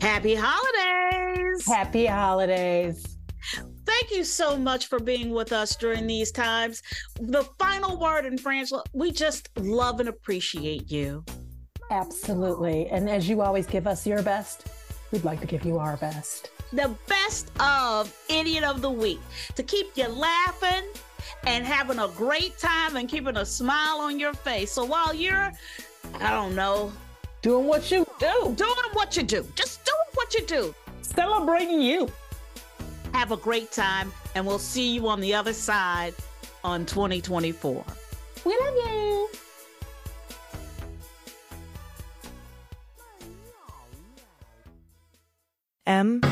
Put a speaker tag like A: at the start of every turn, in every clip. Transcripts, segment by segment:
A: Happy holidays!
B: Happy holidays.
C: Thank you so much for being with us during these times. The final word in French, we just love and appreciate you.
B: Absolutely. And as you always give us your best, we'd like to give you our best.
C: The best of Idiot of the Week to keep you laughing and having a great time and keeping a smile on your face. So while you're, I don't know,
B: Doing what you do,
C: doing what you do, just doing what you do,
B: celebrating you.
C: have a great time and we'll see you on the other side on 2024.
B: We love you.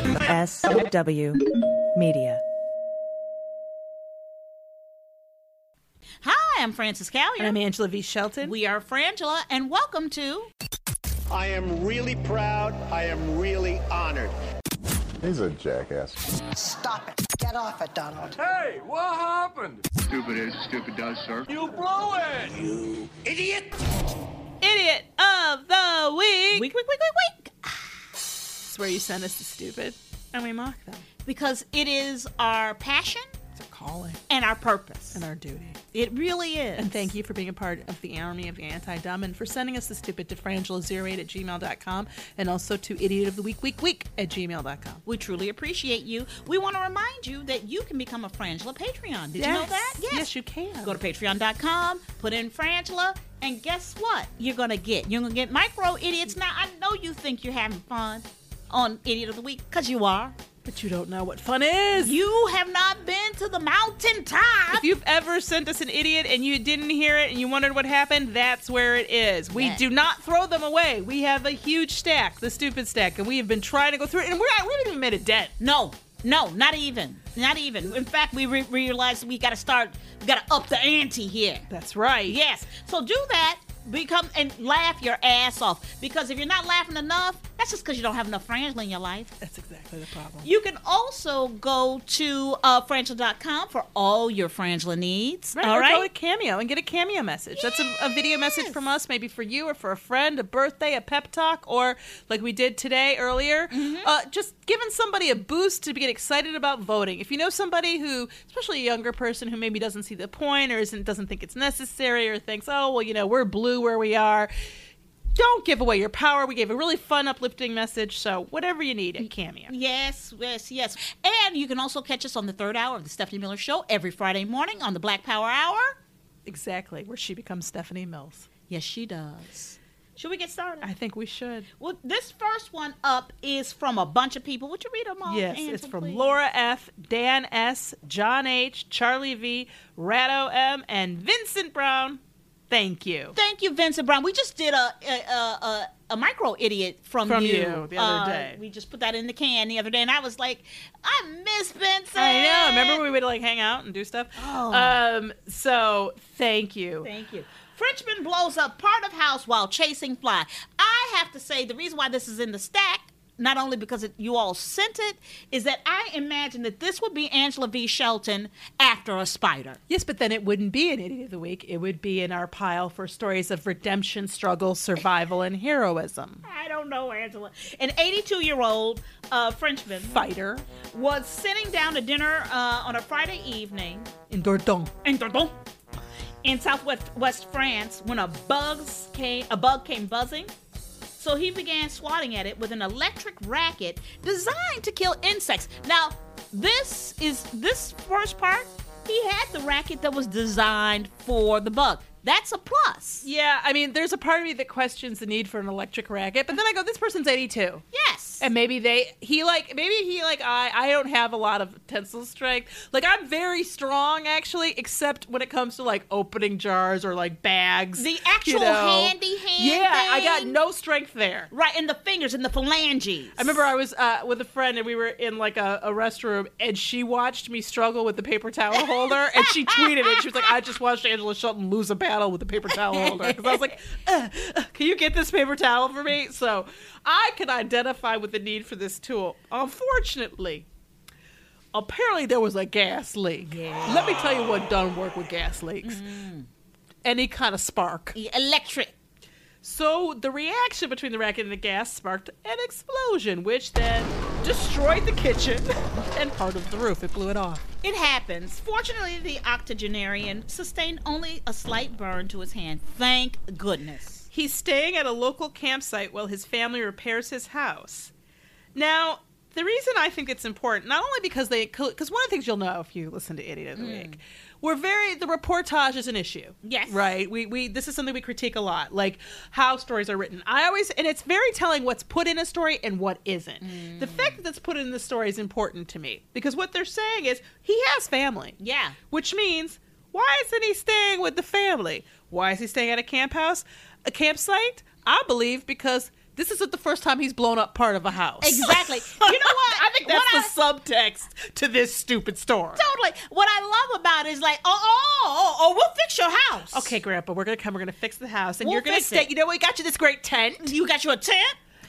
D: MSW Media.
C: Hi, I'm Frances Callier.
D: I'm Angela V. Shelton.
C: We are Frangela, and welcome to
E: I am really proud. I am really honored.
F: He's a jackass.
G: Stop it. Get off it, Donald.
H: Hey, what happened?
E: Stupid is, stupid does, sir.
H: You blew it!
E: Idiot!
D: Idiot of the Week. Week, week, week, week, week. It's where you send us the stupid and we mock them.
C: because it is our passion
D: It's our calling
C: and our purpose.
D: and our duty.
C: It really is.
D: And thank you for being a part of the army of the anti-dumb and for sending us the stupid to frangela08 at gmail.com and also to idiot of the week, week, week at gmail.com.
C: We truly appreciate you. We want to remind you that you can become a Frangela Patreon. Did you know
D: Yes.
C: that?
D: Yes, you can.
C: Go to patreon.com, put in Frangela, and guess what? You're going to get. You're going to get micro idiots. Now, I know you think you're having fun on Idiot of the Week because you are.
D: But you don't know what fun is.
C: You have not been to the mountain top.
D: if you've ever sent us an idiot and you didn't hear it and you wondered what happened, that's where it is. We do not throw them away. We have a huge stack, the stupid stack, and we have been trying to go through it, and we're not, we haven't even made a dent.
C: No, no, not even. Not even. In fact, we re- realized we got to start, we got to up the ante here.
D: That's right.
C: Yes. So do that. Become and laugh your ass off. Because if you're not laughing enough, that's just because you don't have enough friends in your life.
D: That's exactly the problem.
C: You can also go to uh, frangela.com for all your Frangela needs.
D: Right,
C: all
D: or
C: right.
D: go to Cameo and get a Cameo message. That's a, a video message from us, maybe for you or for a friend, a birthday, a pep talk, or like we did today earlier,
C: Mm-hmm.
D: uh, just giving somebody a boost to get excited about voting. If you know somebody who, especially a younger person who maybe doesn't see the point or isn't doesn't think it's necessary or thinks, oh well, you know, we're blue where we are. Don't give away your power. We gave a really fun, uplifting message. So whatever you need at Cameo.
C: Yes, yes, yes. And you can also catch us on the third hour of the Stephanie Miller Show every Friday morning on the Black Power Hour.
D: Exactly where she becomes Stephanie Mills.
C: Yes, she does. Should we get started?
D: I think we should.
C: Well, this first one up is from a bunch of people. Would you read them all?
D: Yes,
C: Angela,
D: it's from
C: please?
D: Laura F, Dan S, John H, Charlie V, Ratto M, and Vincent Brown. Thank you.
C: Thank you, Vincent Brown. We just did a a, a, a, a micro idiot from,
D: From you the other
C: Uh,
D: day.
C: We just put that in the can the other day, and I was like, I miss Vincent.
D: I know. Remember we would like hang out and do stuff. Um. So Oh. thank you.
C: Thank you. Frenchman blows up part of house while chasing fly. I have to say the reason why this is in the stack, not only because it, you all sent it, is that I imagine that this would be Angela V. Shelton after a spider.
D: Yes, but then it wouldn't be an idiot of the week. It would be in our pile for stories of redemption, struggle, survival, and heroism.
C: I don't know, Angela. An 82 year old uh, Frenchman
D: Fighter
C: was sitting down to dinner uh, on a Friday evening
D: in Dordogne.
C: in Dordogne, in southwest West France, when a bugs came, a bug came buzzing. So he began swatting at it with an electric racket designed to kill insects. Now, this is this first part. He had the racket that was designed for the bug. That's a plus.
D: Yeah, I mean, there's a part of me that questions the need for an electric racket, but then I go, this person's 82.
C: Yes.
D: And maybe they, he like, maybe he like, I, I don't have a lot of tensile strength. Like, I'm very strong, actually, except when it comes to like opening jars or like bags.
C: The
D: you
C: actual
D: know.
C: handy hand
D: Yeah, I got
C: thing?
D: no strength there.
C: right in the fingers and the phalanges.
D: I remember I was uh, with a friend and we were in like a, a restroom and she watched me struggle with the paper towel holder and she tweeted it. She was like, I just watched Angela Shelton lose a battle with the paper towel holder. Because I was like, uh, uh, can you get this paper towel for me? So I can identify with the need for this tool. Unfortunately, apparently there was a gas leak. Let me tell you what done work with gas leaks. Any kind of spark.
C: The electric.
D: So the reaction between the racket and the gas sparked an explosion, which then destroyed the kitchen and part of the roof. It blew it off.
C: It happens. Fortunately, the octogenarian sustained only a slight burn to his hand. Thank goodness.
D: He's staying at a local campsite while his family repairs his house. Now, the reason I think it's important, not only because they, because one of the things you'll know if you listen to Idiot of the Week, we're very the reportage is an issue.
C: Yes.
D: right. We we this is something we critique a lot, like how stories are written. I always and it's very telling what's put in a story and what isn't.
C: Mm.
D: The fact that that's put in the story is important to me because what they're saying is he has family.
C: Yeah.
D: Which means, why isn't he staying with the family? Why is he staying at a camp house, a campsite? I believe because this isn't the first time he's blown up part of a house.
C: Exactly. You know what?
D: I think that's
C: What
D: the subtext to this stupid story.
C: Totally. What I love about it is like, oh, oh, oh, oh, we'll fix your house.
D: Okay, Grandpa, we're gonna come. We're gonna fix the house, and
C: We'll
D: you're gonna
C: fix
D: stay.
C: it.
D: You know, we got you this great tent,
C: You got you a tent,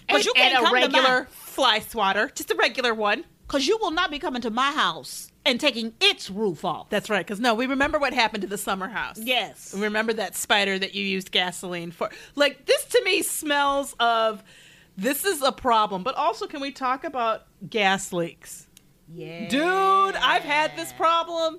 C: but
D: and-
C: you can't
D: and a
C: come
D: regular
C: to
D: fly swatter, just a regular one.
C: because you will not be coming to my house and taking its roof off.
D: That's right, because no, we remember what happened to the summer house.
C: yes.
D: Remember that spider that you used gasoline for? Like this to me smells of this is a problem. But also, can we talk about gas leaks?
C: Yeah.
D: Dude, I've had this problem.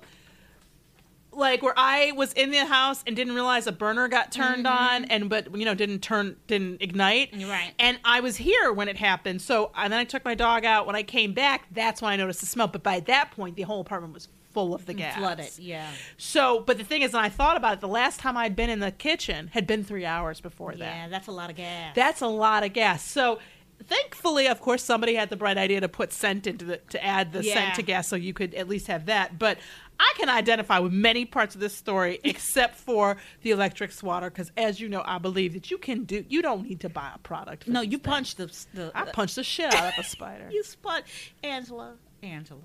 D: Like where I was in the house and didn't realize a burner got turned
C: Mm-hmm.
D: on and but you know didn't turn didn't ignite.
C: Right.
D: And I was here when it happened. So and then I took my dog out. When I came back, that's when I noticed the smell. But by that point, the whole apartment was full of the gas.
C: Flooded. Yeah.
D: So, but the thing is, and I thought about it, the last time I'd been in the kitchen had been three hours before
C: Yeah,
D: that.
C: that's a lot of gas.
D: That's a lot of gas. So, thankfully, of course, somebody had the bright idea to put scent into the, to add the
C: Yeah.
D: scent to gas so you could at least have that. But I can identify with many parts of this story except for the electric swatter because, as you know, I believe that you can do, you don't need to buy a product. for
C: no,
D: these
C: you
D: things.
C: punched the, the
D: I punched the shit out of a spider.
C: you spun, Angela. Angela.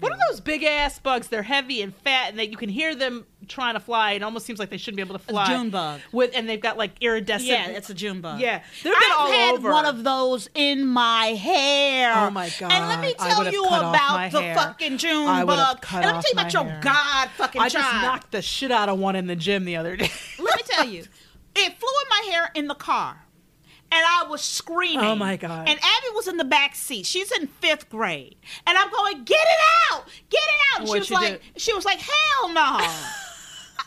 D: What are those big ass bugs? They're heavy and fat, and that you can hear them trying to fly. It almost seems like they shouldn't be able to fly.
C: June bug.
D: With and they've got like iridescent.
C: Yeah, that's a June bug.
D: Yeah, they've been
C: I've
D: all
C: had
D: over.
C: one of those in my hair.
D: Oh my
C: And let me
D: God, I
C: tell
D: would've
C: you
D: cut off my
C: about the
D: hair.
C: fucking June
D: I would've
C: bug.
D: cut
C: and let me
D: off
C: tell you about
D: my
C: your
D: hair.
C: god fucking
D: I
C: child.
D: just knocked the shit out of one in the gym the other day.
C: let me tell you, it flew in my hair in the car, and I was screaming.
D: Oh my God.
C: And Abby was in the back seat. She's in fifth grade, and I'm going, "Get it out! Get it out!" And
D: What'd
C: she
D: you
C: was like,
D: do?
C: "She was like, hell no."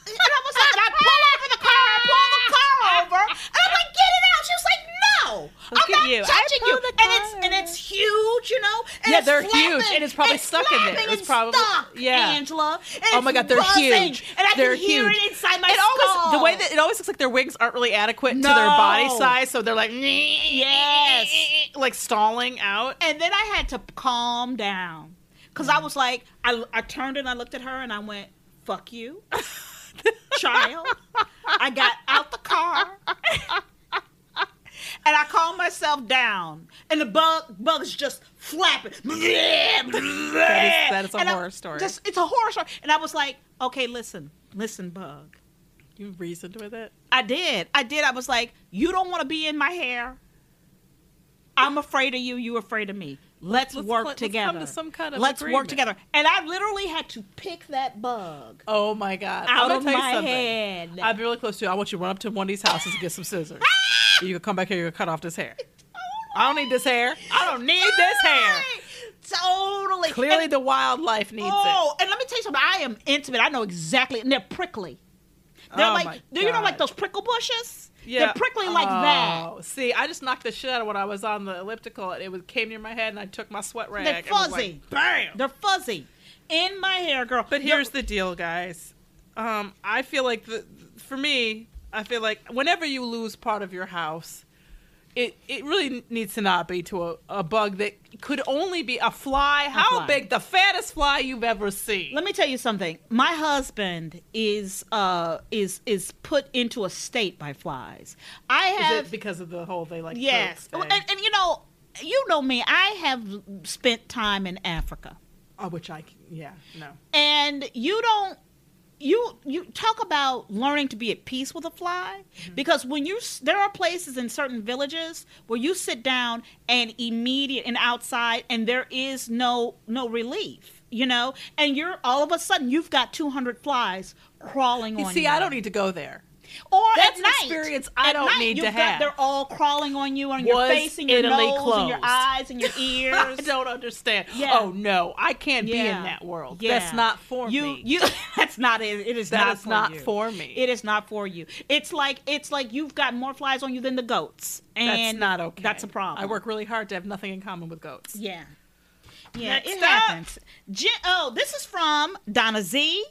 C: And I was like, and I pull over the car, I pull the car over, and I'm like, get it out. She was like, no,
D: Look
C: I'm
D: at
C: not
D: you. I
C: touching you.
D: pulled the
C: And it's
D: car
C: and
D: over.
C: it's huge, you know. And
D: Yeah,
C: it's
D: they're
C: flapping,
D: huge, and it's probably stuck in there.
C: flapping
D: It's
C: and
D: probably-
C: stuck,
D: yeah.
C: Angela. And
D: oh
C: it's
D: my god, they're
C: buzzing,
D: huge.
C: and I
D: they're
C: can hear
D: huge.
C: it inside my
D: it always, the
C: skull.
D: way that it always looks like their wings aren't really adequate to their body
C: No.
D: size, so they're like yes, like stalling out.
C: and then I had to calm down because I was like, I, I turned and I looked at her and I went, "Fuck you, child." I got out the car and I calmed myself down, and the bug bug is just flapping. That is,
D: that is a horror story.
C: Just, it's a horror story, and I was like, "Okay, listen, listen, bug."
D: You reasoned with it.
C: I did. I did. I was like, you don't want to be in my hair. I'm afraid of you. You afraid of me. Let's,
D: Let's
C: work
D: cl- let's come
C: together.
D: to some kind of
C: Let's work
D: agreement.
C: together. And I literally had to pick that bug.
D: Oh my god!
C: Out
D: I'm gonna
C: of
D: tell you
C: my
D: something.
C: head.
D: I'd be really close to you. I want you to run up to one of these houses and get some scissors. you can come back here. You can cut off this hair.
C: Oh
D: I don't need this hair. I don't need this hair.
C: Totally.
D: Clearly,
C: And-
D: the wildlife needs
C: Oh, and let me tell you something. I am intimate. I know exactly. And they're prickly. They're
D: Oh, my
C: like, do you know like
D: God.
C: those prickle bushes?
D: it. Yeah.
C: They're prickly like that.
D: Oh, See, I just knocked the shit out of when I was on the elliptical, and it was, came near my head, and I took my sweat rag.
C: They're
D: and was
C: fuzzy.
D: Like, Bam.
C: They're fuzzy. In my hair, girl.
D: But here's the deal, guys. Um, I feel like the for me, I feel like whenever you lose part of your house, it it really needs to not be to a, a bug that could only be a fly. How
C: fly.
D: big the fattest fly you've ever seen?
C: Let me tell you something. My husband is uh is is put into a state by flies. I
D: Is
C: have
D: it because of the whole they like
C: yes,
D: croaks
C: and,
D: thing?
C: and you know you know me. I have spent time in Africa,
D: Oh, which I can- yeah no.
C: and you don't you you talk about learning to be at peace with a fly
D: Mm-hmm.
C: because when you s- there are places in certain villages where you sit down and immediate and outside and there is no no relief you know and you're all of a sudden you've got 200 flies crawling
D: You
C: on
D: see,
C: you
D: I don't need to go there.
C: or
D: That's
C: at
D: an
C: night,
D: experience I
C: at
D: don't
C: night,
D: need
C: you've
D: to
C: got-
D: have.
C: They're all crawling on you, on your
D: Was
C: face, and your nose,
D: Italy
C: and your
D: closed?
C: eyes, and your ears.
D: I don't understand.
C: Yeah.
D: Oh no, I can't be in that world. That's
C: Yeah.
D: not for
C: you,
D: me.
C: You, that's not it. It is
D: That
C: not
D: is
C: for
D: not
C: you.
D: for me.
C: It is not for you. It's like it's like you've got more flies on you than the goats,
D: that's
C: and
D: not okay.
C: That's a problem.
D: I work really hard to have nothing in common with goats.
C: Yeah, yeah.
D: Next
C: it
D: up.
C: happens. Gen- oh, this is from Donna Z.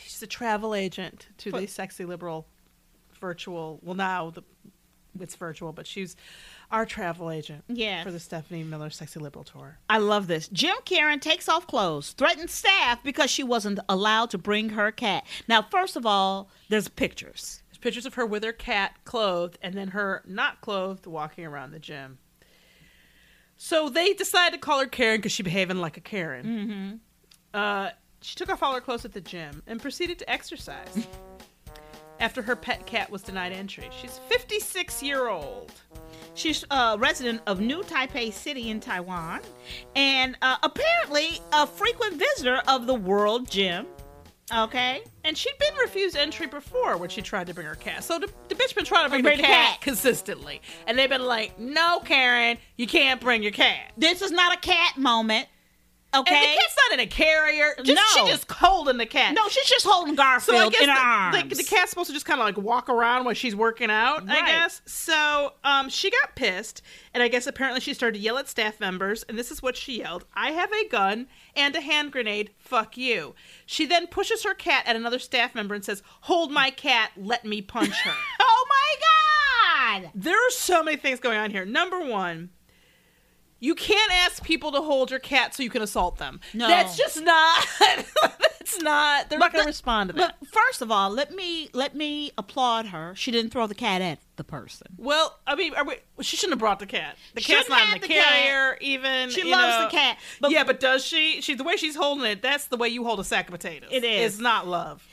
D: She's a travel agent to the sexy liberal virtual. Well, now the it's virtual, but she's our travel agent.
C: Yes.
D: for the Stephanie Miller sexy liberal tour.
C: I love this. Jim Karen takes off clothes, threatens staff because she wasn't allowed to bring her cat. Now, first of all, there's pictures.
D: There's pictures of her with her cat clothed, and then her not clothed walking around the gym. So they decided to call her Karen because she behaving like a Karen. Mm-hmm. Uh, she took off all her clothes at the gym and proceeded to exercise. After her pet cat was denied entry, she's 56 year old.
C: She's a resident of New Taipei City in Taiwan and uh, apparently a frequent visitor of the World Gym. Okay?
D: And she'd been refused entry before when she tried to bring her cat. So the, the bitch been trying to bring,
C: Bring
D: the,
C: the
D: cat,
C: cat.
D: consistently. And they've been like, no, Karen, you can't bring your cat.
C: This is not a cat moment. Okay?
D: And the cat's not in a carrier. Just,
C: No.
D: She just holding the cat.
C: no, she's just holding
D: so I
C: Garfield
D: guess
C: in her
D: the,
C: arms.
D: the- the cat's supposed to just kind of like walk around while she's working out,
C: Right.
D: I guess. So um, she got pissed. And I guess apparently she started to yell at staff members. And this is what she yelled I have a gun and a hand grenade. Fuck you. She then pushes her cat at another staff member and says, Hold my cat. Let me punch her.
C: oh my God!
D: there are so many things going on here. Number one, you can't ask people to hold your cat so you can assault them.
C: No.
D: That's just not. that's not. They're not going to respond to that.
C: But first of all, let me let me applaud her. She didn't throw the cat at the person.
D: well, I mean, are we, she shouldn't have brought the cat. The
C: Shouldn't
D: cat's not in
C: have
D: the,
C: the cat.
D: carrier, even.
C: She
D: you
C: loves
D: know.
C: the cat, but
D: yeah, but does she? She the way she's holding it. That's the way you hold a sack of potatoes.
C: It is.
D: It's not love.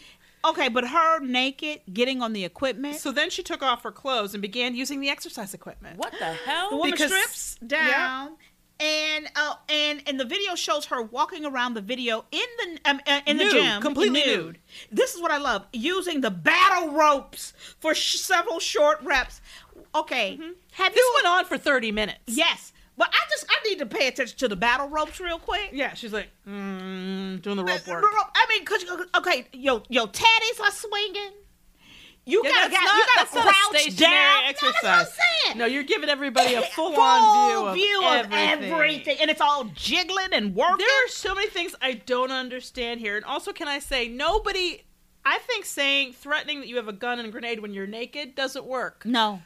C: okay, but her naked getting on the equipment.
D: So then she took off her clothes and began using the exercise equipment. What the hell?
C: the woman strips down. And uh, and and the video shows her walking around the video in the um, uh, in
D: Nude,
C: the gym,
D: completely nude.
C: This is what I love: using the battle ropes for sh- several short reps. Okay, have
D: Mm-hmm. This
C: you?
D: went on for thirty minutes.
C: yes, but I just I need to pay attention to the battle ropes real quick.
D: Yeah, she's like mm, doing the rope work.
C: I mean, cause you- okay, yo, yo, tatties are swinging. You
D: Yeah,
C: gotta,
D: that's
C: got,
D: not-
C: you gotta
D: that's not a
C: crouch
D: stationary
C: down.
D: Exercise.
C: No, that's what I'm saying.
D: No, you're giving everybody a full,
C: Full
D: on
C: view of everything. and it's all jiggling and working.
D: There are so many things I don't understand here. And also, can I say, nobody, I think saying, threatening that you have a gun and a grenade when you're naked doesn't work.
C: no,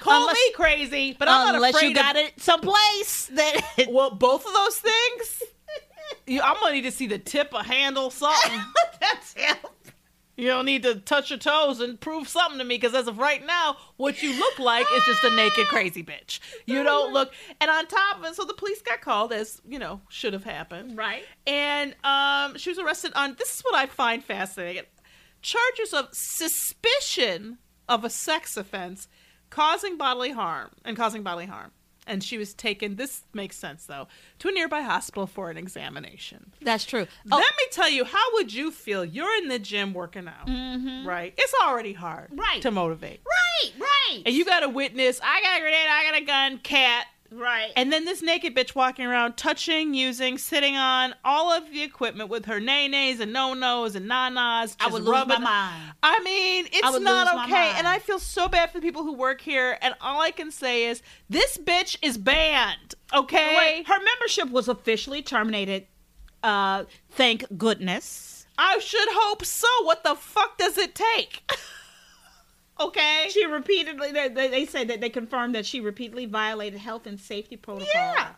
D: Call
C: Unless-
D: me crazy, but I'm not
C: unless
D: afraid
C: you got
D: of,
C: it someplace that
D: Well, both of those things, you, I'm going to need to see the tip, a handle, something.
C: that's him.
D: You don't need to touch your toes and prove something to me because as of right now, what you look like is just a naked crazy bitch. You don't look. And on top of it, so the police got called, as you know, should have happened.
C: Right.
D: And um, she was arrested on. This is what I find fascinating. charges of suspicion of a sex offense, causing bodily harm, and causing bodily harm. And she was taken, this makes sense though, to a nearby hospital for an examination.
C: That's true. Oh.
D: Let me tell you, how would you feel? You're in the gym working out, right? It's already hard
C: Right.
D: to motivate.
C: Right, right.
D: And you got a witness, I got a grenade, I got a gun, cat.
C: right.
D: And then this naked bitch walking around, touching, using, sitting on all of the equipment with her nay-nays and no-nos and na-nas.
C: I
D: just
C: would lose my
D: rubbing-
C: mind.
D: I mean, it's
C: would lose my
D: not okay.
C: mind.
D: And I feel so bad for the people who work here. And all I can say is, this bitch is banned, okay?
C: Wait, her membership was officially terminated. Uh, thank goodness.
D: I should hope so. What the fuck does it take? okay?
C: She repeatedly, they, they, they said that they confirmed that she repeatedly violated health and safety protocol.
D: Yeah.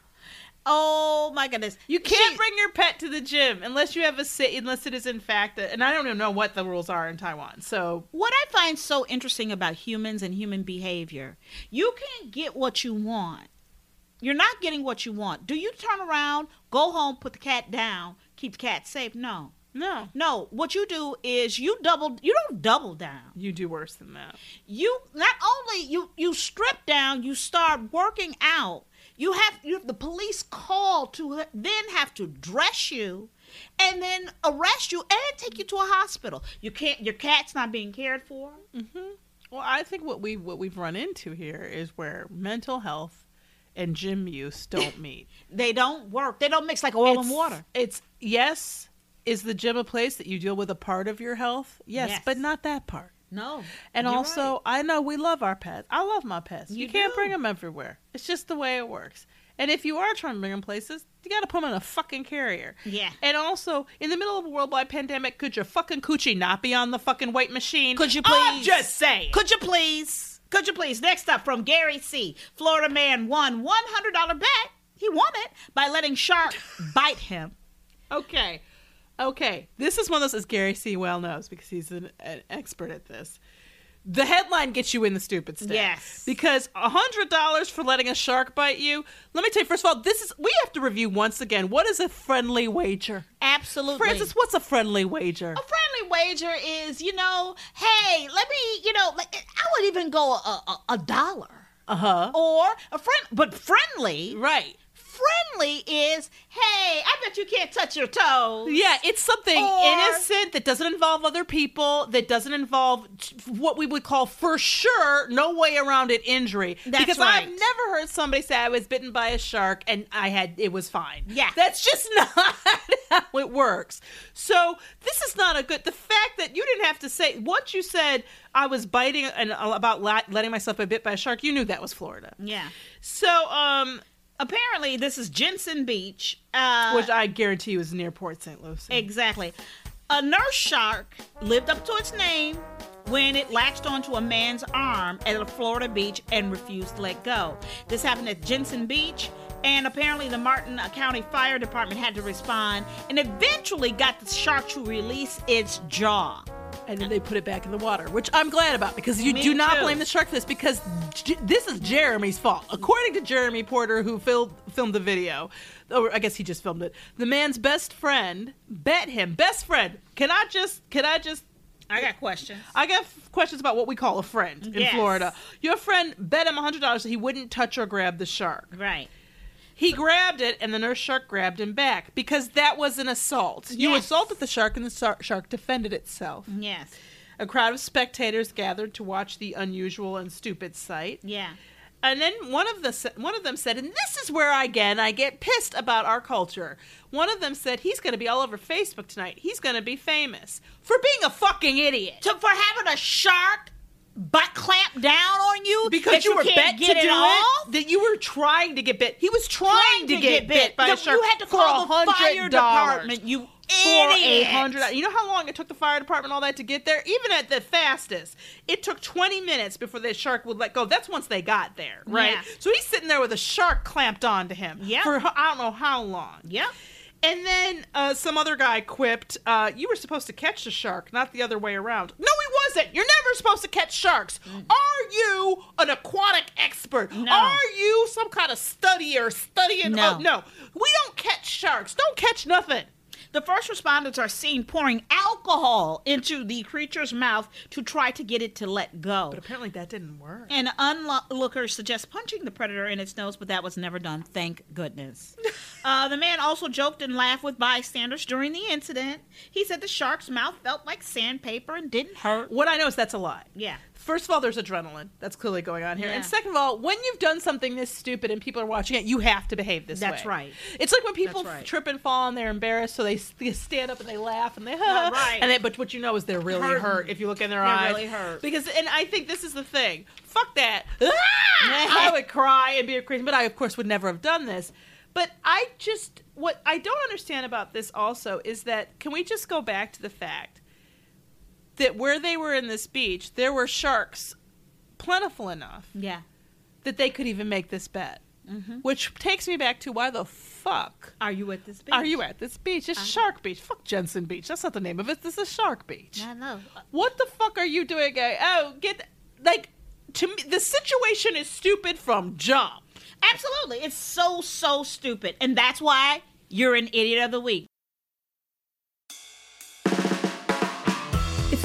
C: Oh my goodness.
D: You can't
C: She-
D: bring your pet to the gym unless you have a sit, unless it is in fact, a, and I don't even know what the rules are in Taiwan. So
C: What I find so interesting about humans and human behavior, you can't get what you want. You're not getting what you want. Do you turn around, go home, put the cat down, keep the cat safe? No.
D: no,
C: No, what you do is you double you don't double down.
D: you do worse than that.
C: You not only you you strip down, you start working out. You have you have the police call to h- then have to dress you and then arrest you and take you to a hospital. You can't your cat's not being cared for.
D: Well, I think what we what we've run into here is where mental health and gym use don't meet.
C: They don't work. They don't mix like oil and water.
D: It's yes, is the gym a place that you deal with a part of your health? Yes,
C: Yes.
D: but not that part.
C: No.
D: And
C: You're
D: also,
C: right.
D: I know we love our pets. I love my pets. You,
C: You
D: can't
C: do.
D: bring them everywhere. It's just the way it works. And if you are trying to bring them places, you got to put them in a fucking carrier.
C: Yeah.
D: And also, in the middle of a worldwide pandemic, could your fucking coochie not be on the fucking weight machine? Oh,
C: Could you
D: I'm
C: please?
D: just saying.
C: Could you please? Could you please? Next up from Gary C. Florida man won $100 bet. He won it by letting shark bite him.
D: Okay. Okay. This is one of those, as Gary C. well knows, because he's an, an expert at this. The headline gets you in the stupid stuff.
C: Yes.
D: Because $100 for letting a shark bite you. Let me tell you, first of all, this is, we have to review once again what is a friendly wager?
C: Absolutely.
D: Francis, what's a friendly wager?
C: a friendly wager is, you know, hey, let me, you know, like I would even go a, a, a dollar.
D: Uh huh.
C: Or a friend, but friendly.
D: Right.
C: Friendly is, hey, I bet you can't touch your toes.
D: Yeah, it's something
C: Or-
D: innocent that doesn't involve other people, that doesn't involve t- what we would call for sure, no way around it, injury.
C: That's
D: because I've
C: right.
D: never heard somebody say I was bitten by a shark and I had it was fine.
C: Yeah.
D: that's just not how it works. So this is not a good. The fact that you didn't have to say what you said, I was biting and about la- letting myself be bit by a shark. You knew that was Florida.
C: Yeah.
D: So um,
C: Apparently, this is Jensen Beach. Uh,
D: which I guarantee you is near Port St. Lucie.
C: Exactly. A nurse shark lived up to its name when it latched onto a man's arm at a Florida beach and refused to let go. This happened at Jensen Beach, and apparently the Martin County Fire Department had to respond and eventually got the shark to release its jaw.
D: and then they put it back in the water, which I'm glad about because you
C: Me
D: do not
C: too.
D: blame the shark for this because J- this is Jeremy's fault. According to Jeremy Porter, who fil- filmed the video, or I guess he just filmed it, the man's best friend bet him, best friend, can I just, can I just,
C: I got questions.
D: I got f- questions about what we call a friend in
C: Yes.
D: Florida. Your friend bet him $100 that he wouldn't touch or grab the shark.
C: Right.
D: He grabbed it, and the nurse shark grabbed him back because that was an assault. You
C: Yes.
D: assaulted the shark, and the sar- shark defended itself.
C: Yes.
D: A crowd of spectators gathered to watch the unusual and stupid sight.
C: Yeah.
D: And then one of the one of them said, and this is where again I get pissed about our culture. One of them said he's going to be all over Facebook tonight. He's going to be famous for being a fucking idiot.
C: So for having a shark butt clamp down on you
D: Because
C: that
D: you, were
C: can't
D: bet
C: get
D: to do it,
C: off?
D: that you were trying to get bit. He was trying, to, get, bit, by
C: No,
D: a shark.
C: You had to
D: for
C: call the fire
D: $100.
C: department. You idiot.
D: for a hundred. You know how long it took the fire department all that to get there? Even at the fastest, it took twenty minutes before the shark would let go. That's once they got there, right?
C: Yeah.
D: So he's sitting there with a shark clamped onto him
C: Yeah.
D: for h- I don't know how long.
C: Yep.
D: And then uh, some other guy quipped, uh, "You were supposed to catch the shark, not the other way around." No, he wasn't. You're never supposed to catch sharks. Are you an aquatic expert?
C: No.
D: Are you some kind of studier studying?
C: No.
D: Oh, no, we don't catch sharks. Don't catch nothing.
C: The first responders are seen pouring alcohol into the creature's mouth to try to get it to let go.
D: But apparently that didn't work.
C: An onlooker suggests punching the predator in its nose, but that was never done. Thank goodness. uh, the man also joked and laughed with bystanders during the incident. He said the shark's mouth felt like sandpaper and didn't hurt.
D: What I know is that's a lie.
C: Yeah.
D: First of all, there's adrenaline. That's clearly going on here.
C: Yeah.
D: And second of all, when you've done something this stupid and people are watching it, you have to behave this way.
C: That's right.
D: It's like when people
C: right.
D: trip and fall and they're embarrassed, so they, s- they stand up and they laugh and they
C: right.
D: and they, but what you know is they're really
C: Hurting.
D: hurt if you look in their
C: They're
D: eyes.
C: really hurt.
D: Because and I think this is the thing. Fuck that. Ah! I would cry and be a crazy, but I of course would never have done this. But I just what I don't understand about this also is that can we just go back to the fact that where they were in this beach, there were sharks plentiful enough
C: Yeah.
D: that they could even make this bet. Which takes me back to why the fuck
C: Are you at this beach?
D: are you at this beach? It's Shark Beach. Fuck Jensen Beach. That's not the name of it. This is Shark Beach.
C: I know.
D: What the fuck are you doing? uh, Oh, get like to me. The situation is stupid from jump.
C: Absolutely. It's so, so stupid. And that's why you're an idiot of the week.
I: It's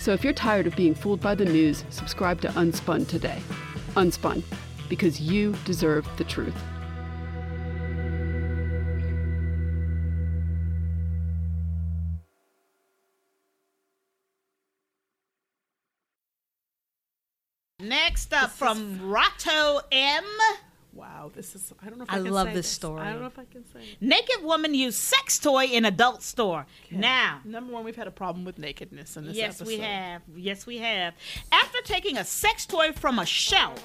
I: So if you're tired of being fooled by the news, subscribe to Unspun today. Unspun, because you deserve the truth.
C: Next up from Rato M.
D: Wow, this is. I don't know. if
C: I
D: I, can
C: love
D: say
C: this
D: this
C: story.
D: I don't know if I can say. it.
C: Naked woman used sex toy in adult store. Now.
D: Number one, we've had a problem with nakedness in this
C: Yes,
D: episode.
C: we have. Yes, we have. After taking a sex toy from a shelf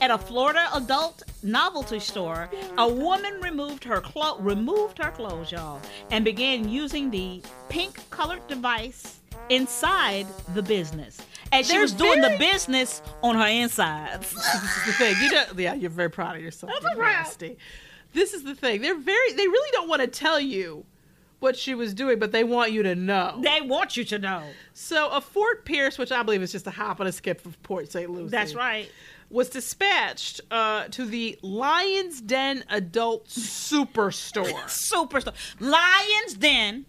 C: at a Florida adult novelty store, a woman removed her clo- removed her clothes, y'all, and began using the pink colored device inside the business. And she
D: They're
C: was doing the
D: very-
C: business on her insides.
D: this is the thing. You know, yeah, you're very proud of yourself.
C: I'm
D: You're
C: proud.
D: nasty. This is the thing. They're very. They really don't want to tell you what she was doing, but they want you to know.
C: they want you to know.
D: So a Fort Pierce, which I believe is just a hop and a skip from Port St. Lucie.
C: That's right.
D: Was dispatched uh, to the Lion's Den Adult Superstore.
C: Superstore. Lions Den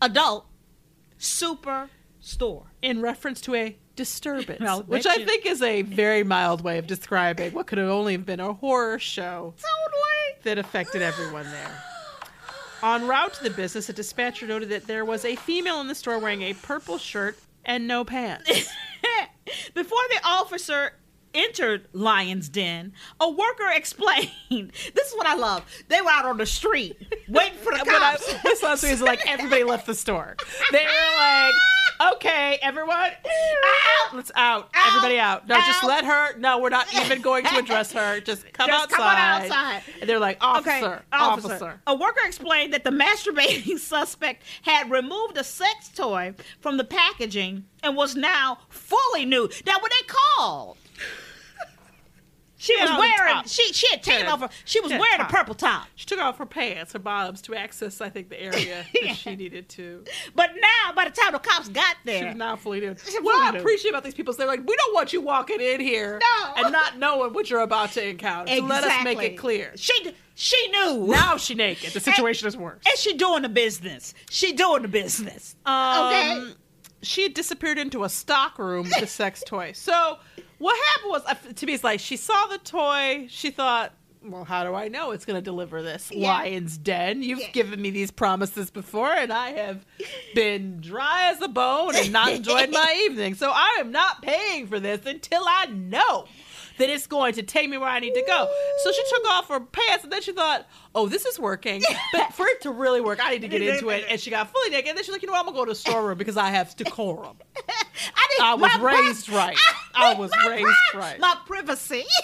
C: adult superstore.
D: in reference to a disturbance,
C: Well,
D: which
C: that
D: I
C: you-
D: think is a very mild way of describing what could have only been a horror show that affected everyone there. En route to the business, a dispatcher noted that there was a female in the store wearing a purple shirt and no pants.
C: Before the officer entered Lion's Den, a worker explained. This is what I love. They were out on the street waiting for the
D: when I
C: cops.
D: this last week is like everybody left the store. They were like, okay, everyone, out. let's out. Everybody out. No, just
C: Out.
D: let her. No, we're not even going to address her. Just come
C: Just
D: outside.
C: come on outside.
D: And they're like, officer, officer.
C: A worker explained that the masturbating suspect had removed a sex toy from the packaging and was now fully nude. Now, when they called, she was
D: had on a
C: wearing
D: top.
C: she she had taken
D: had-
C: off her, she was
D: she had a
C: wearing a
D: top.
C: purple top.
D: She took off her pants, her bottoms, to access, I think, the area that she needed to.
C: But now, by the time the cops got
D: She was
C: there,
D: not fully nude.
C: She
D: What
C: wasn't
D: I
C: nude.
D: appreciate about these people is they're like, we don't want you walking in here
C: No.
D: and not knowing what you're about to encounter. So let us make
C: Exactly.
D: it clear.
C: She she knew.
D: Now she naked. The situation is worse.
C: And she doing the business. She doing the business. okay.
D: Um, She had disappeared into a stock room with a sex toy. So what happened was, I- to me, it's like she saw the toy. She thought, well, how do I know it's going to deliver this? Lion's Den. You've given me these promises before, and I have been dry as a bone and not enjoyed my evening. So I am not paying for this until I know that it's going to take me where I need to go. So she took off her pants and then she thought, oh, this is working. But for it to really work, I need to get into it. And she got fully naked. And then she's like, you know what? I'm going to go to the storeroom because I have decorum.
C: I, didn't-
D: I was
C: my pri-
D: raised right. I was
C: my
D: raised
C: pri-
D: right.
C: My privacy.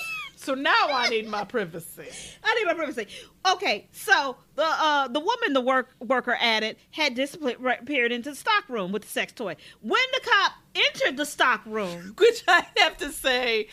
C: So now I need my privacy. I need my privacy. Okay, so the uh, the woman the work worker added had disappeared into the stock room with the sex toy. When the cop entered the stock room,
E: which I have to say,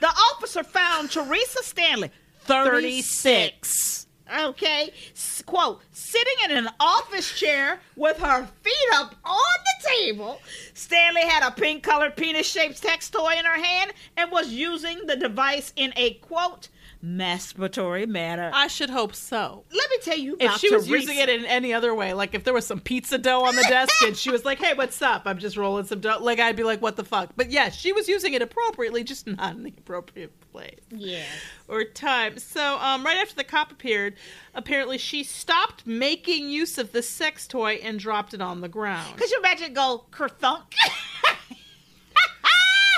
C: the officer found Teresa Stanley, 36. Okay, S- quote, sitting in an office chair with her feet up on the table, Stanley had a pink colored penis shaped sex toy in her hand and was using the device in a quote, masturbatory manner.
E: I should hope so.
C: Let me tell you
E: If
C: about
E: she was
C: Teresa.
E: using it in any other way, like if there was some pizza dough on the desk and she was like, "Hey, what's up? I'm just rolling some dough," like I'd be like, "What the fuck?" But yeah, she was using it appropriately, just not in the appropriate place
C: Yeah.
E: or time. So, um, right after the cop appeared, apparently she stopped making use of the sex toy and dropped it on the ground.
C: Could you imagine it go kerthunk?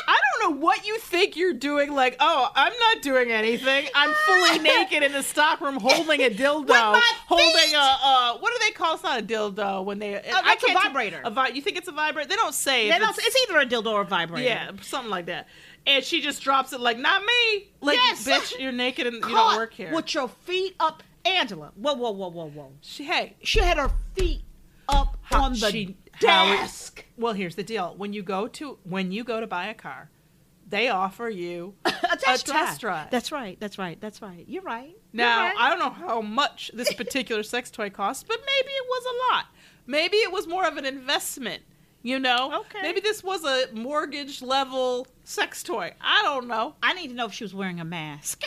E: I don't know what you think you're doing. Like, oh, I'm not doing anything. I'm fully naked in the stockroom holding a dildo, holding a uh, what do they call? It's not a dildo when they.
C: that's a vibrator.
E: A vi- you think it's a vibrator? They don't say.
C: They
E: if
C: don't-
E: it's,
C: it's either a dildo or a vibrator.
E: yeah, something like that. And she just drops it like, not me. Like,
C: Yes.
E: bitch, you're naked and you
C: Caught
E: don't work here.
C: With your feet up, Angela. Whoa, whoa, whoa, whoa, whoa.
E: she, hey,
C: She had her feet up
E: How-
C: on the
E: she- how it-
C: desk.
E: well, here's the deal: when you go to when you go to buy a car, they offer you
C: a test,
E: test drive.
C: That's right. That's right. That's right. You're right.
E: Now,
C: You're right.
E: I don't know how much this particular sex toy cost, but maybe it was a lot. Maybe it was more of an investment, you know?
C: Okay.
E: Maybe this was a mortgage level sex toy. I don't know.
C: I need to know if she was wearing a mask.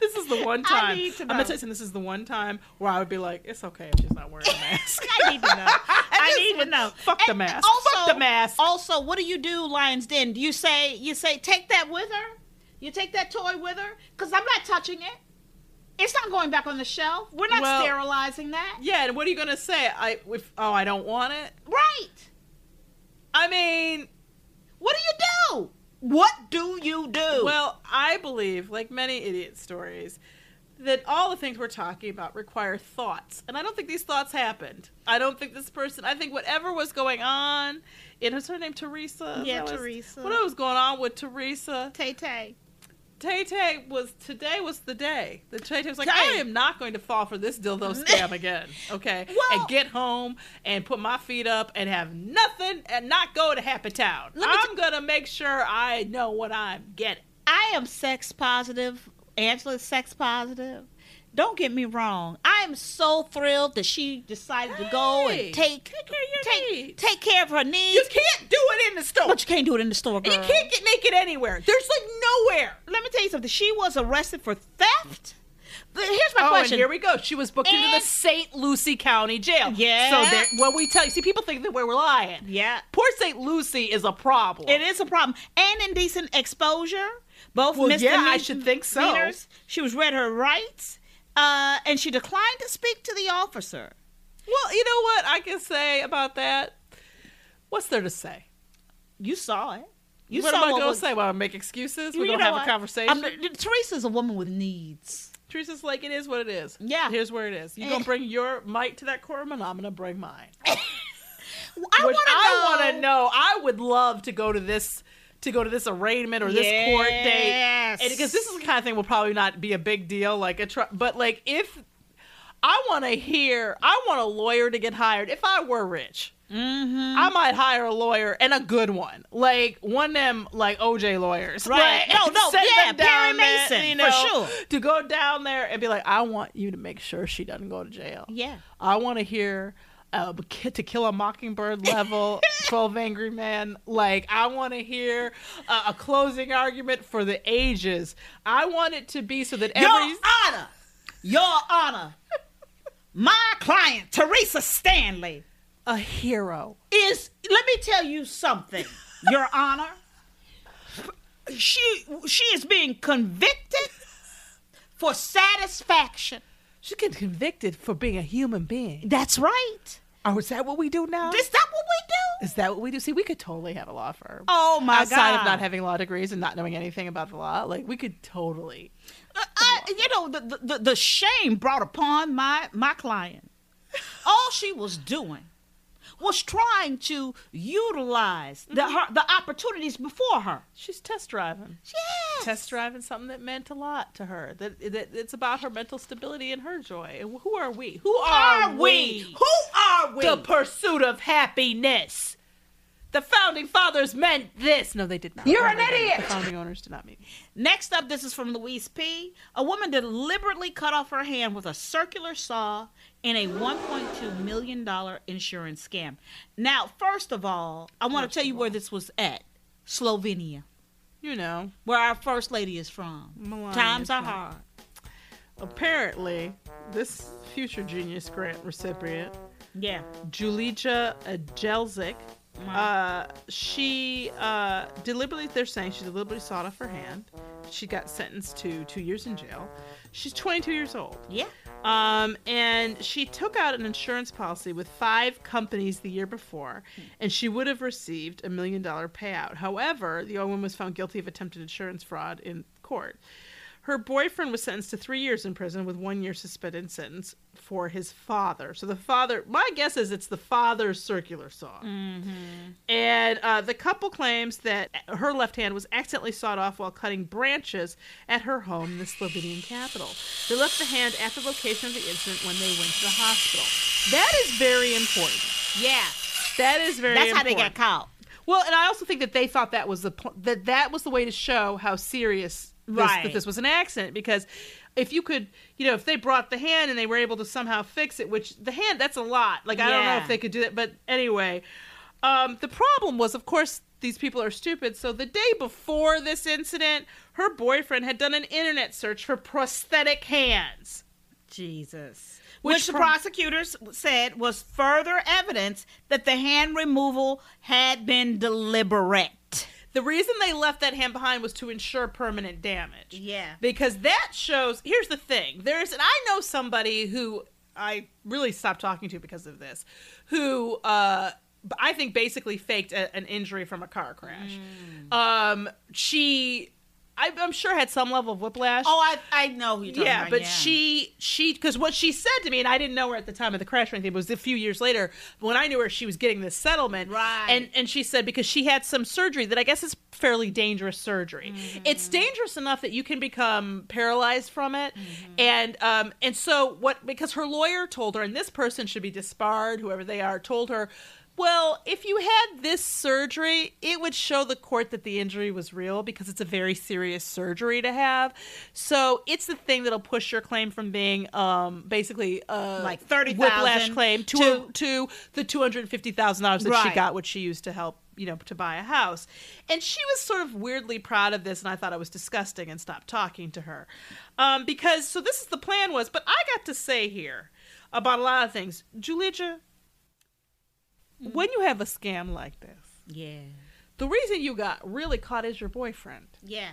E: This is the one time.
C: need to
E: am gonna
C: know.
E: tell you something, this is the one time where I would be like, it's okay if she's not wearing a mask.
C: I need to know. I
E: just
C: need to
E: would-
C: know.
E: fuck the mask.
C: Also,
E: Fuck the mask.
C: Also, what do you do, Lions Den? Do you say you say take that with her? You take that toy with her? Because I'm not touching it. It's not going back on the shelf. We're not
E: Well-
C: sterilizing that.
E: yeah, and what are you gonna say? I if oh I don't want it.
C: Right.
E: I mean,
C: What do you do? What do you do?
E: Well, I believe, like many idiot stories, that all the things we're talking about require thoughts. And I don't think these thoughts happened. I don't think this person, I think whatever was going on, it was her name Teresa.
C: Yeah,
E: That was-
C: Teresa.
E: What was going on with Teresa?
C: Tay Tay.
E: Tay Tay was, today was the day. The Tay Tay was like,
C: Tay.
E: I am not going to fall for this dildo scam again. Okay.
C: Well-
E: and get home and put my feet up and have nothing and not go to Happy Town.
C: Let me t-
E: I'm going to make sure I know what I'm getting.
C: I am sex positive. Angela's sex positive. Don't get me wrong. I am so thrilled that she decided to go
E: Hey,
C: and take
E: take care of your
C: take,
E: needs.
C: take care of her needs.
E: You can't do it in the store.
C: but you can't do it in the store,
E: and
C: girl.
E: you can't get naked anywhere. There's like nowhere.
C: Let me tell you something. She was arrested for theft. But Here's my
E: Oh, and
C: question.
E: here we go. She was booked into the
C: And-
E: St. Lucie County Jail.
C: Yeah.
E: So there, what we tell you, see, people think that we're lying.
C: Yeah.
E: Poor St. Lucie is a problem.
C: It is a problem. And indecent exposure. Both
E: Well, yeah, I
C: misdemeanors-
E: should think so.
C: meanors. She was read her rights, uh, and she declined to speak to the officer.
E: Well, you know what I can say about that? What's there to say?
C: You saw it. You
E: what
C: saw
E: am I
C: what
E: gonna
C: was-
E: say? Well, make excuses. We're
C: You
E: gonna
C: know
E: have
C: what?
E: a conversation.
C: I'm- Teresa's a woman with needs.
E: Teresa's like, it is what it is.
C: Yeah.
E: Here's where it is. You
C: Eh.
E: gonna bring your mic to that quorum, and I'm gonna bring mine.
C: I
E: Which
C: want to
E: I want to know. I would love to go to this to go to this arraignment or this court date
C: Yes.
E: because this is the kind of thing will probably not be a big deal. Like a tri- but like if I want to hear, I want a lawyer to get hired. If I were rich,
C: Mm-hmm.
E: I might hire a lawyer and a good one, like one of them like OJ lawyers,
C: Right.
E: Like,
C: No, no,
E: send
C: yeah,
E: them down
C: Perry
E: there,
C: Mason,
E: you
C: for
E: know,
C: sure.
E: to go down there and be like, I want you to make sure she doesn't go to jail.
C: Yeah.
E: I want to hear uh, Ki- To Kill a Mockingbird level, 12 Angry Men. Like, I want to hear uh, a closing argument for the ages. I want it to be so that every.
C: Your Honor, Your Honor, my client Teresa Stanley
E: A hero.
C: is. Let me tell you something, Your Honor. She she is being convicted for satisfaction.
E: She get convicted for being a human being.
C: That's right.
E: Oh, is that what we do now?
C: Is that what we do?
E: Is that what we do? See, we could totally have a law firm.
C: Oh my
E: Outside
C: God!
E: of not having law degrees and not knowing anything about the law, like we could totally.
C: I, Uh, you know Oh, the, the the shame brought upon my my client. All she was doing was trying to utilize the
E: Mm-hmm.
C: her, the opportunities before her.
E: She's test driving.
C: Yes.
E: Test driving something that meant a lot to her. That, that it's about her mental stability and her joy. And who are we? Who are, we?
C: Who are we?
E: The pursuit of happiness. The founding fathers meant this. No, they did not.
C: You're
E: Oh
C: an
E: my God.
C: idiot.
E: The founding owners did not mean.
C: Next up, this is from Louise P. A woman deliberately cut off her hand with a circular saw in a $1.2 million insurance scam. Now, first of all, I want to tell you where this was at Slovenia,
E: You know,
C: where our first lady is from.
E: Melania
C: Times are
E: Trump.
C: hard.
E: Apparently, this future genius grant recipient
C: Yeah.
E: Julija Jelzik. Uh, she uh, deliberately, they're saying she deliberately sawed off her hand. She got sentenced to two years in jail. She's 22 years old.
C: Yeah.
E: Um, and she took out an insurance policy with five companies the year before, and she would have received a million dollar payout. However, the old woman was found guilty of attempted insurance fraud in court. Her boyfriend was sentenced to three years in prison with one year suspended sentence for his father. So the father, my guess is it's the father's circular saw. And uh, the couple claims that her left hand was accidentally sawed off while cutting branches at her home in the Slovenian capital. They left the hand at the location of the incident when they went to the hospital. That is very important.
C: Yeah.
E: That is very.
C: That's how
E: important.
C: they got caught.
E: Well, and I also think that they thought that was the po- that that was the way to show how serious this,
C: Right.
E: that this was an accident because if you could, you know, if they brought the hand and they were able to somehow fix it, which the hand that's a lot. Like I don't know
C: Yeah.
E: if they could do that, but anyway, um, the problem was, of course, these people are stupid. So the day before this incident, her boyfriend had done an internet search for prosthetic hands.
C: Jesus. Which,
E: Which
C: the
E: pro-
C: prosecutors said was further evidence that the hand removal had been deliberate.
E: The reason they left that hand behind was to ensure permanent damage.
C: Yeah.
E: Because that shows, here's the thing. There's and I know somebody who I really stopped talking to because of this, who uh b- I think basically faked a, an injury from a car crash.
C: Hmm.
E: Um she I, I'm sure had some level of whiplash
C: Oh, I, I know who you're talking
E: yeah,
C: about.
E: but she she because what she said to me, and I didn't know her at the time of the crash or anything. It was a few years later when I knew her, she was getting this settlement,
C: Right.
E: And and she said because she had some surgery that I guess is fairly dangerous surgery.
C: Mm.
E: It's dangerous enough that you can become paralyzed from it,
C: Mm-hmm.
E: and um and so what because her lawyer told her, and this person should be disbarred, whoever they are, told her. Well, if you had this surgery, it would show the court that the injury was real because it's a very serious surgery to have. So it's the thing that'll push your claim from being um, basically a
C: Like 30,000
E: whiplash claim to
C: to-
E: to, the two hundred fifty thousand dollars that
C: Right.
E: she got, which she used to help you know to buy a house. And she was sort of weirdly proud of this, and I thought I was disgusting and stopped talking to her um, because so this is the plan was. But I got to say here about a lot of things, Julia. When you have a scam like this,
C: Yeah.
E: the reason you got really caught is your boyfriend
C: Yeah.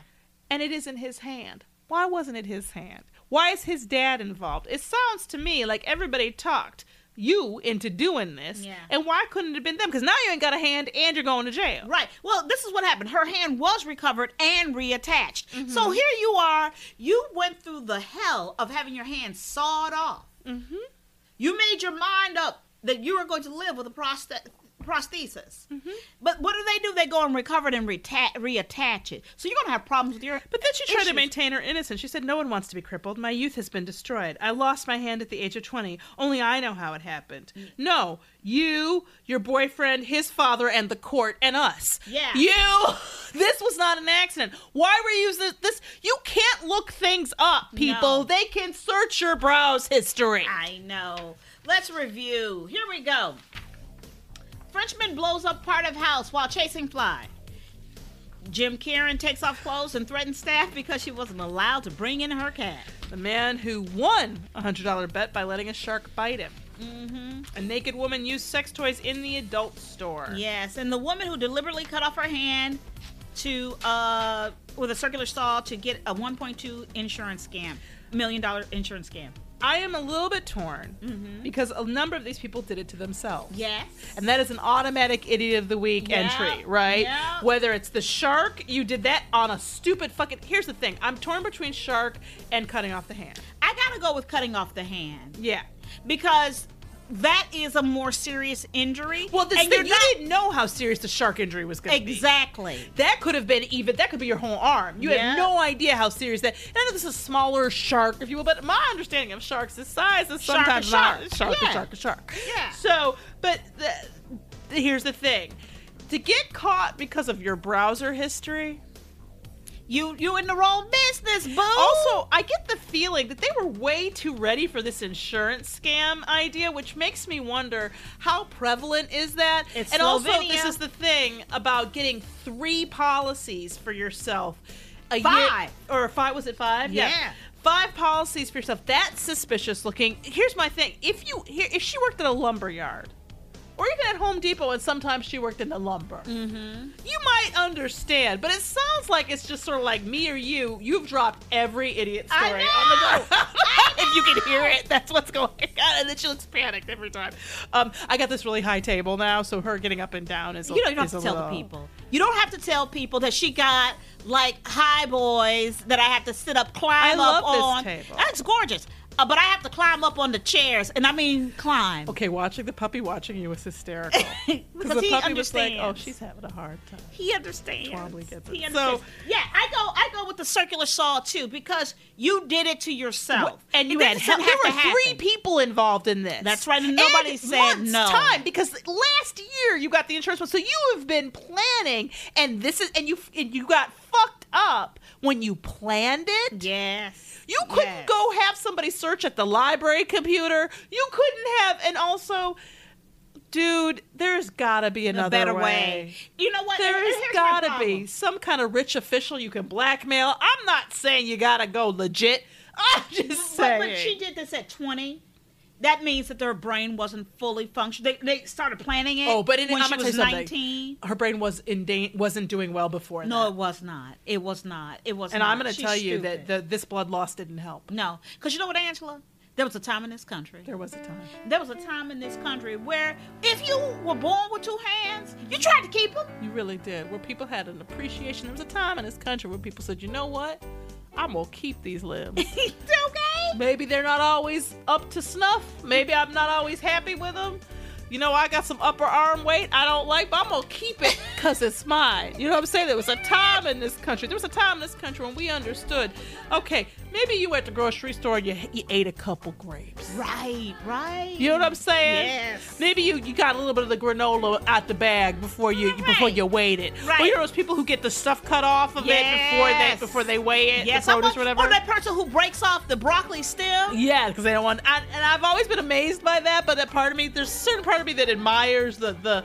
E: and it isn't his hand. Why wasn't it his hand? Why is his dad involved? It sounds to me like everybody talked you into doing this,
C: Yeah.
E: and why couldn't it have been them? Because now you ain't got a hand and you're going to jail.
C: Right. Well, this is what happened. Her hand was recovered and reattached. So here you are. You went through the hell of having your hand sawed off. Mm-hmm. You made your mind up that you were going to live with a prosthet- prosthesis. But what do they do? They go and recover it and reta- reattach it. So you're going to have problems with your.
E: But then she tried
C: issues.
E: to maintain her innocence. She said, No one wants to be crippled. My youth has been destroyed. I lost my hand at the age of 20. Only I know how it happened.
C: Mm.
E: No, you, your boyfriend, his father, and the court, and us.
C: Yeah.
E: You, this was not an accident. Why were you this? this you can't look things up, people.
C: No.
E: They can search your browse history.
C: I know. Let's review. Here we go. Frenchman blows up part of house while chasing fly. Jim Karen takes off clothes and threatens staff because she wasn't allowed to bring in her cat.
E: The man who won a $100 bet by letting a shark bite him. Mm-hmm. A naked woman used sex toys in the adult store.
C: Yes, and the woman who deliberately cut off her hand to uh with a circular saw to get a 1.2 insurance scam, million dollar insurance scam.
E: I am a little bit torn because a number of these people did it to themselves.
C: Mm-hmm. Yes.
E: And that is an automatic idiot of the week
C: Yeah,
E: entry, right?
C: yeah.
E: Whether it's the shark, you did that on a stupid fucking. Here's the thing I'm torn between shark and cutting off the hand.
C: I gotta go with cutting off the hand.
E: Yeah.
C: because that is a more serious injury.
E: Well, this
C: and
E: thing,
C: you're
E: you
C: not-
E: didn't know how serious the shark injury was going to be.
C: Exactly.
E: That could have been even. That could be your whole arm. You
C: Yeah.
E: have no idea how serious that. And I know this is a smaller shark, if you will, but my understanding of sharks is size is
C: Shark
E: sometimes
C: is shark.
E: not shark is
C: Yeah.
E: shark is shark.
C: Yeah.
E: So, but the, the- here's the thing: to get caught because of your browser history.
C: You you in the wrong business, boo.
E: Also, I get the feeling that they were way too ready for this insurance scam idea, which makes me wonder how prevalent is that?
C: It's
E: and also, this
C: Slovenia.
E: is the thing about getting three policies for yourself. A
C: Five.
E: Year, or five, was it five?
C: Yeah.
E: Five policies for yourself. That's suspicious looking. Here's my thing. If you here, if she worked at a lumber yard, or even at Home Depot, and sometimes she worked in the lumber. Mm-hmm. You might understand, but it sounds like it's just sort of like me or you. You've dropped every idiot
C: I
E: story on the go. if you can hear it, that's what's going on. And then she looks panicked every time. Um, I got this really high table now, so her getting up and down is. a-
C: you know you don't
E: is
C: have to
E: a
C: tell the
E: little-
C: people. You don't have to tell people that she got like high boys that I have to sit up, climb
E: I
C: up
E: love this
C: on.
E: table.
C: That's gorgeous. Uh, but I have to climb up on the chairs, and I mean climb.
E: Okay, watching the puppy watching you was hysterical. Because the
C: he
E: puppy was like, "Oh,
C: understands.
E: she's having a hard time."
C: He understands.
E: Twombly gets it.
C: He understands.
E: So-
C: yeah, I go I go with the circular saw too because you did it to yourself, and you
E: It
C: had
E: doesn't
C: help.
E: sound-
C: have
E: there
C: to
E: were three
C: happen.
E: people involved in this.
C: That's right, and nobody
E: And
C: said
E: months
C: no.
E: Time because last year you got the insurance one, so you have been planning, and this is and you and you got fucked up when you planned it.
C: Yes.
E: You couldn't
C: Yes.
E: go have somebody search at the library computer. You couldn't have, and also, dude, there's gotta be another
C: a better way.
E: way.
C: You know what? And- and
E: There's
C: here's my
E: gotta
C: problem.
E: be some kind of rich official you can blackmail. I'm not saying you gotta go legit. I'm just
C: But
E: saying.
C: when she did this at 20, that means that their brain wasn't fully functioning. They, they started planning it.
E: Oh, but it,
C: when
E: I'm
C: she
E: gonna
C: was
E: tell you
C: 19.
E: Something. Her brain was in da- wasn't doing well before.
C: No,
E: that.
C: it was not. It was not. It was.
E: and
C: not.
E: I'm going to
C: She's
E: tell you
C: stupid.
E: that the, this blood loss didn't help.
C: no, because you know what, Angela, there was a time in this country.
E: There was a time.
C: There was a time in this country where if you were born with two hands, you tried to keep them.
E: You really did. Where people had an appreciation. There was a time in this country where people said, you know what? I'm going to keep these limbs.
C: It's okay.
E: Maybe they're not always up to snuff. Maybe I'm not always happy with them. You know, I got some upper arm weight I don't like, but I'm going to keep it because it's mine. You know what I'm saying? There was a time in this country. There was a time in this country when we understood okay, maybe you were at the grocery store and you, you ate a couple grapes.
C: Right, right.
E: You know what I'm saying?
C: Yes.
E: Maybe you, you got a little bit of the granola out the bag before you before
C: Right.
E: you weighed it.
C: Right.
E: Or you know those people who get the stuff cut off of it before they
C: Yes.
E: before they weigh it,
C: Yes,
E: the
C: I want,
E: produce or whatever.
C: or that person who breaks off the broccoli stem.
E: Yeah, because they don't want. I, and I've always been amazed by that. But that part of me, there's a certain part of me that admires the the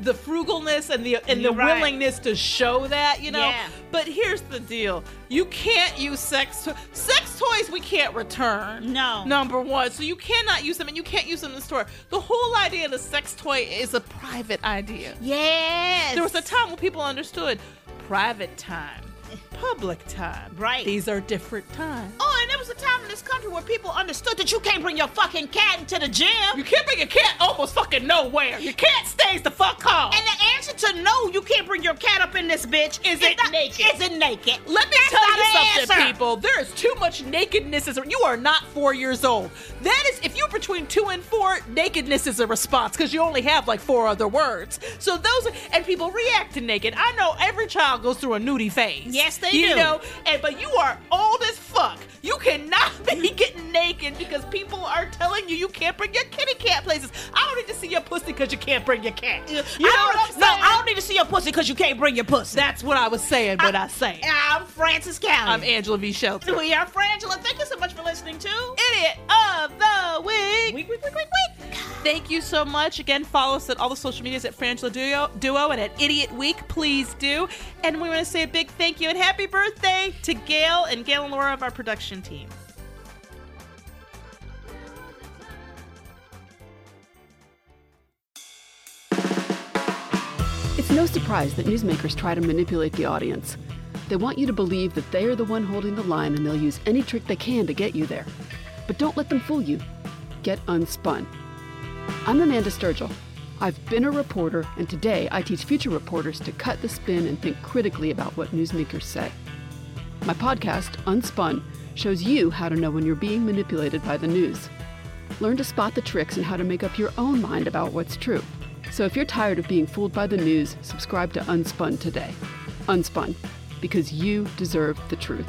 E: the frugalness and the and
C: You're
E: the
C: right.
E: willingness to show that. You know.
C: Yeah.
E: But here's the deal: you can't use sex to- sex toys. We can't return.
C: No.
E: Number one, so you cannot use them, and you can't use them in the store. The whole idea of the sex toy is a private idea.
C: Yes.
E: There was a time when people understood private time, public time.
C: Right.
E: These are different times.
C: Oh, and there was a time in this country where people understood that you can't bring your fucking cat into the gym.
E: You can't bring your cat almost fucking nowhere. Your cat stays the fuck home.
C: and the answer to no, you can't bring your cat up in this bitch is
E: it naked?
C: Is it naked?
E: let me
C: That's
E: tell
C: not
E: you
C: an
E: something,
C: answer.
E: people. There is too much nakedness. As a, you are not four years old. That is, if you're between two and four, nakedness is a response because you only have like four other words. So those are, and people react to naked. I know every child goes through a nudie phase.
C: Yes, they
E: you
C: do.
E: know, and but you are old as fuck. You cannot be getting naked because people are telling you you can't bring your kitty cat places. I don't need to see your pussy because you can't bring your cat. You know
C: I
E: what
C: don't,
E: I'm
C: no,
E: saying?
C: I don't need to see your pussy because you can't bring your pussy.
E: That's what I was saying. What I, say.
C: I'm Francis Callie.
E: I'm Angela V. Shelton.
C: We are Frangela. Thank you so much for listening to
E: Idiot of the week.
C: Week, Week, Week, Week, Week.
E: Thank you so much. Again, follow us at all the social medias at Frangela Duo, Duo and at Idiot Week. Please do. And we want to say a big thank you and happy birthday to Gail and Gail and Laura of our production team.
D: It's no surprise that newsmakers try to manipulate the audience. They want you to believe that they are the one holding the line and they'll use any trick they can to get you there. But don't let them fool you. Get unspun. I'm Amanda Sturgill. I've been a reporter, and today I teach future reporters to cut the spin and think critically about what newsmakers say. My podcast, Unspun, shows you how to know when you're being manipulated by the news.
I: learn to spot the tricks and how to make up your own mind about what's true. So if you're tired of being fooled by the news, subscribe to Unspun today. Unspun, because you deserve the truth.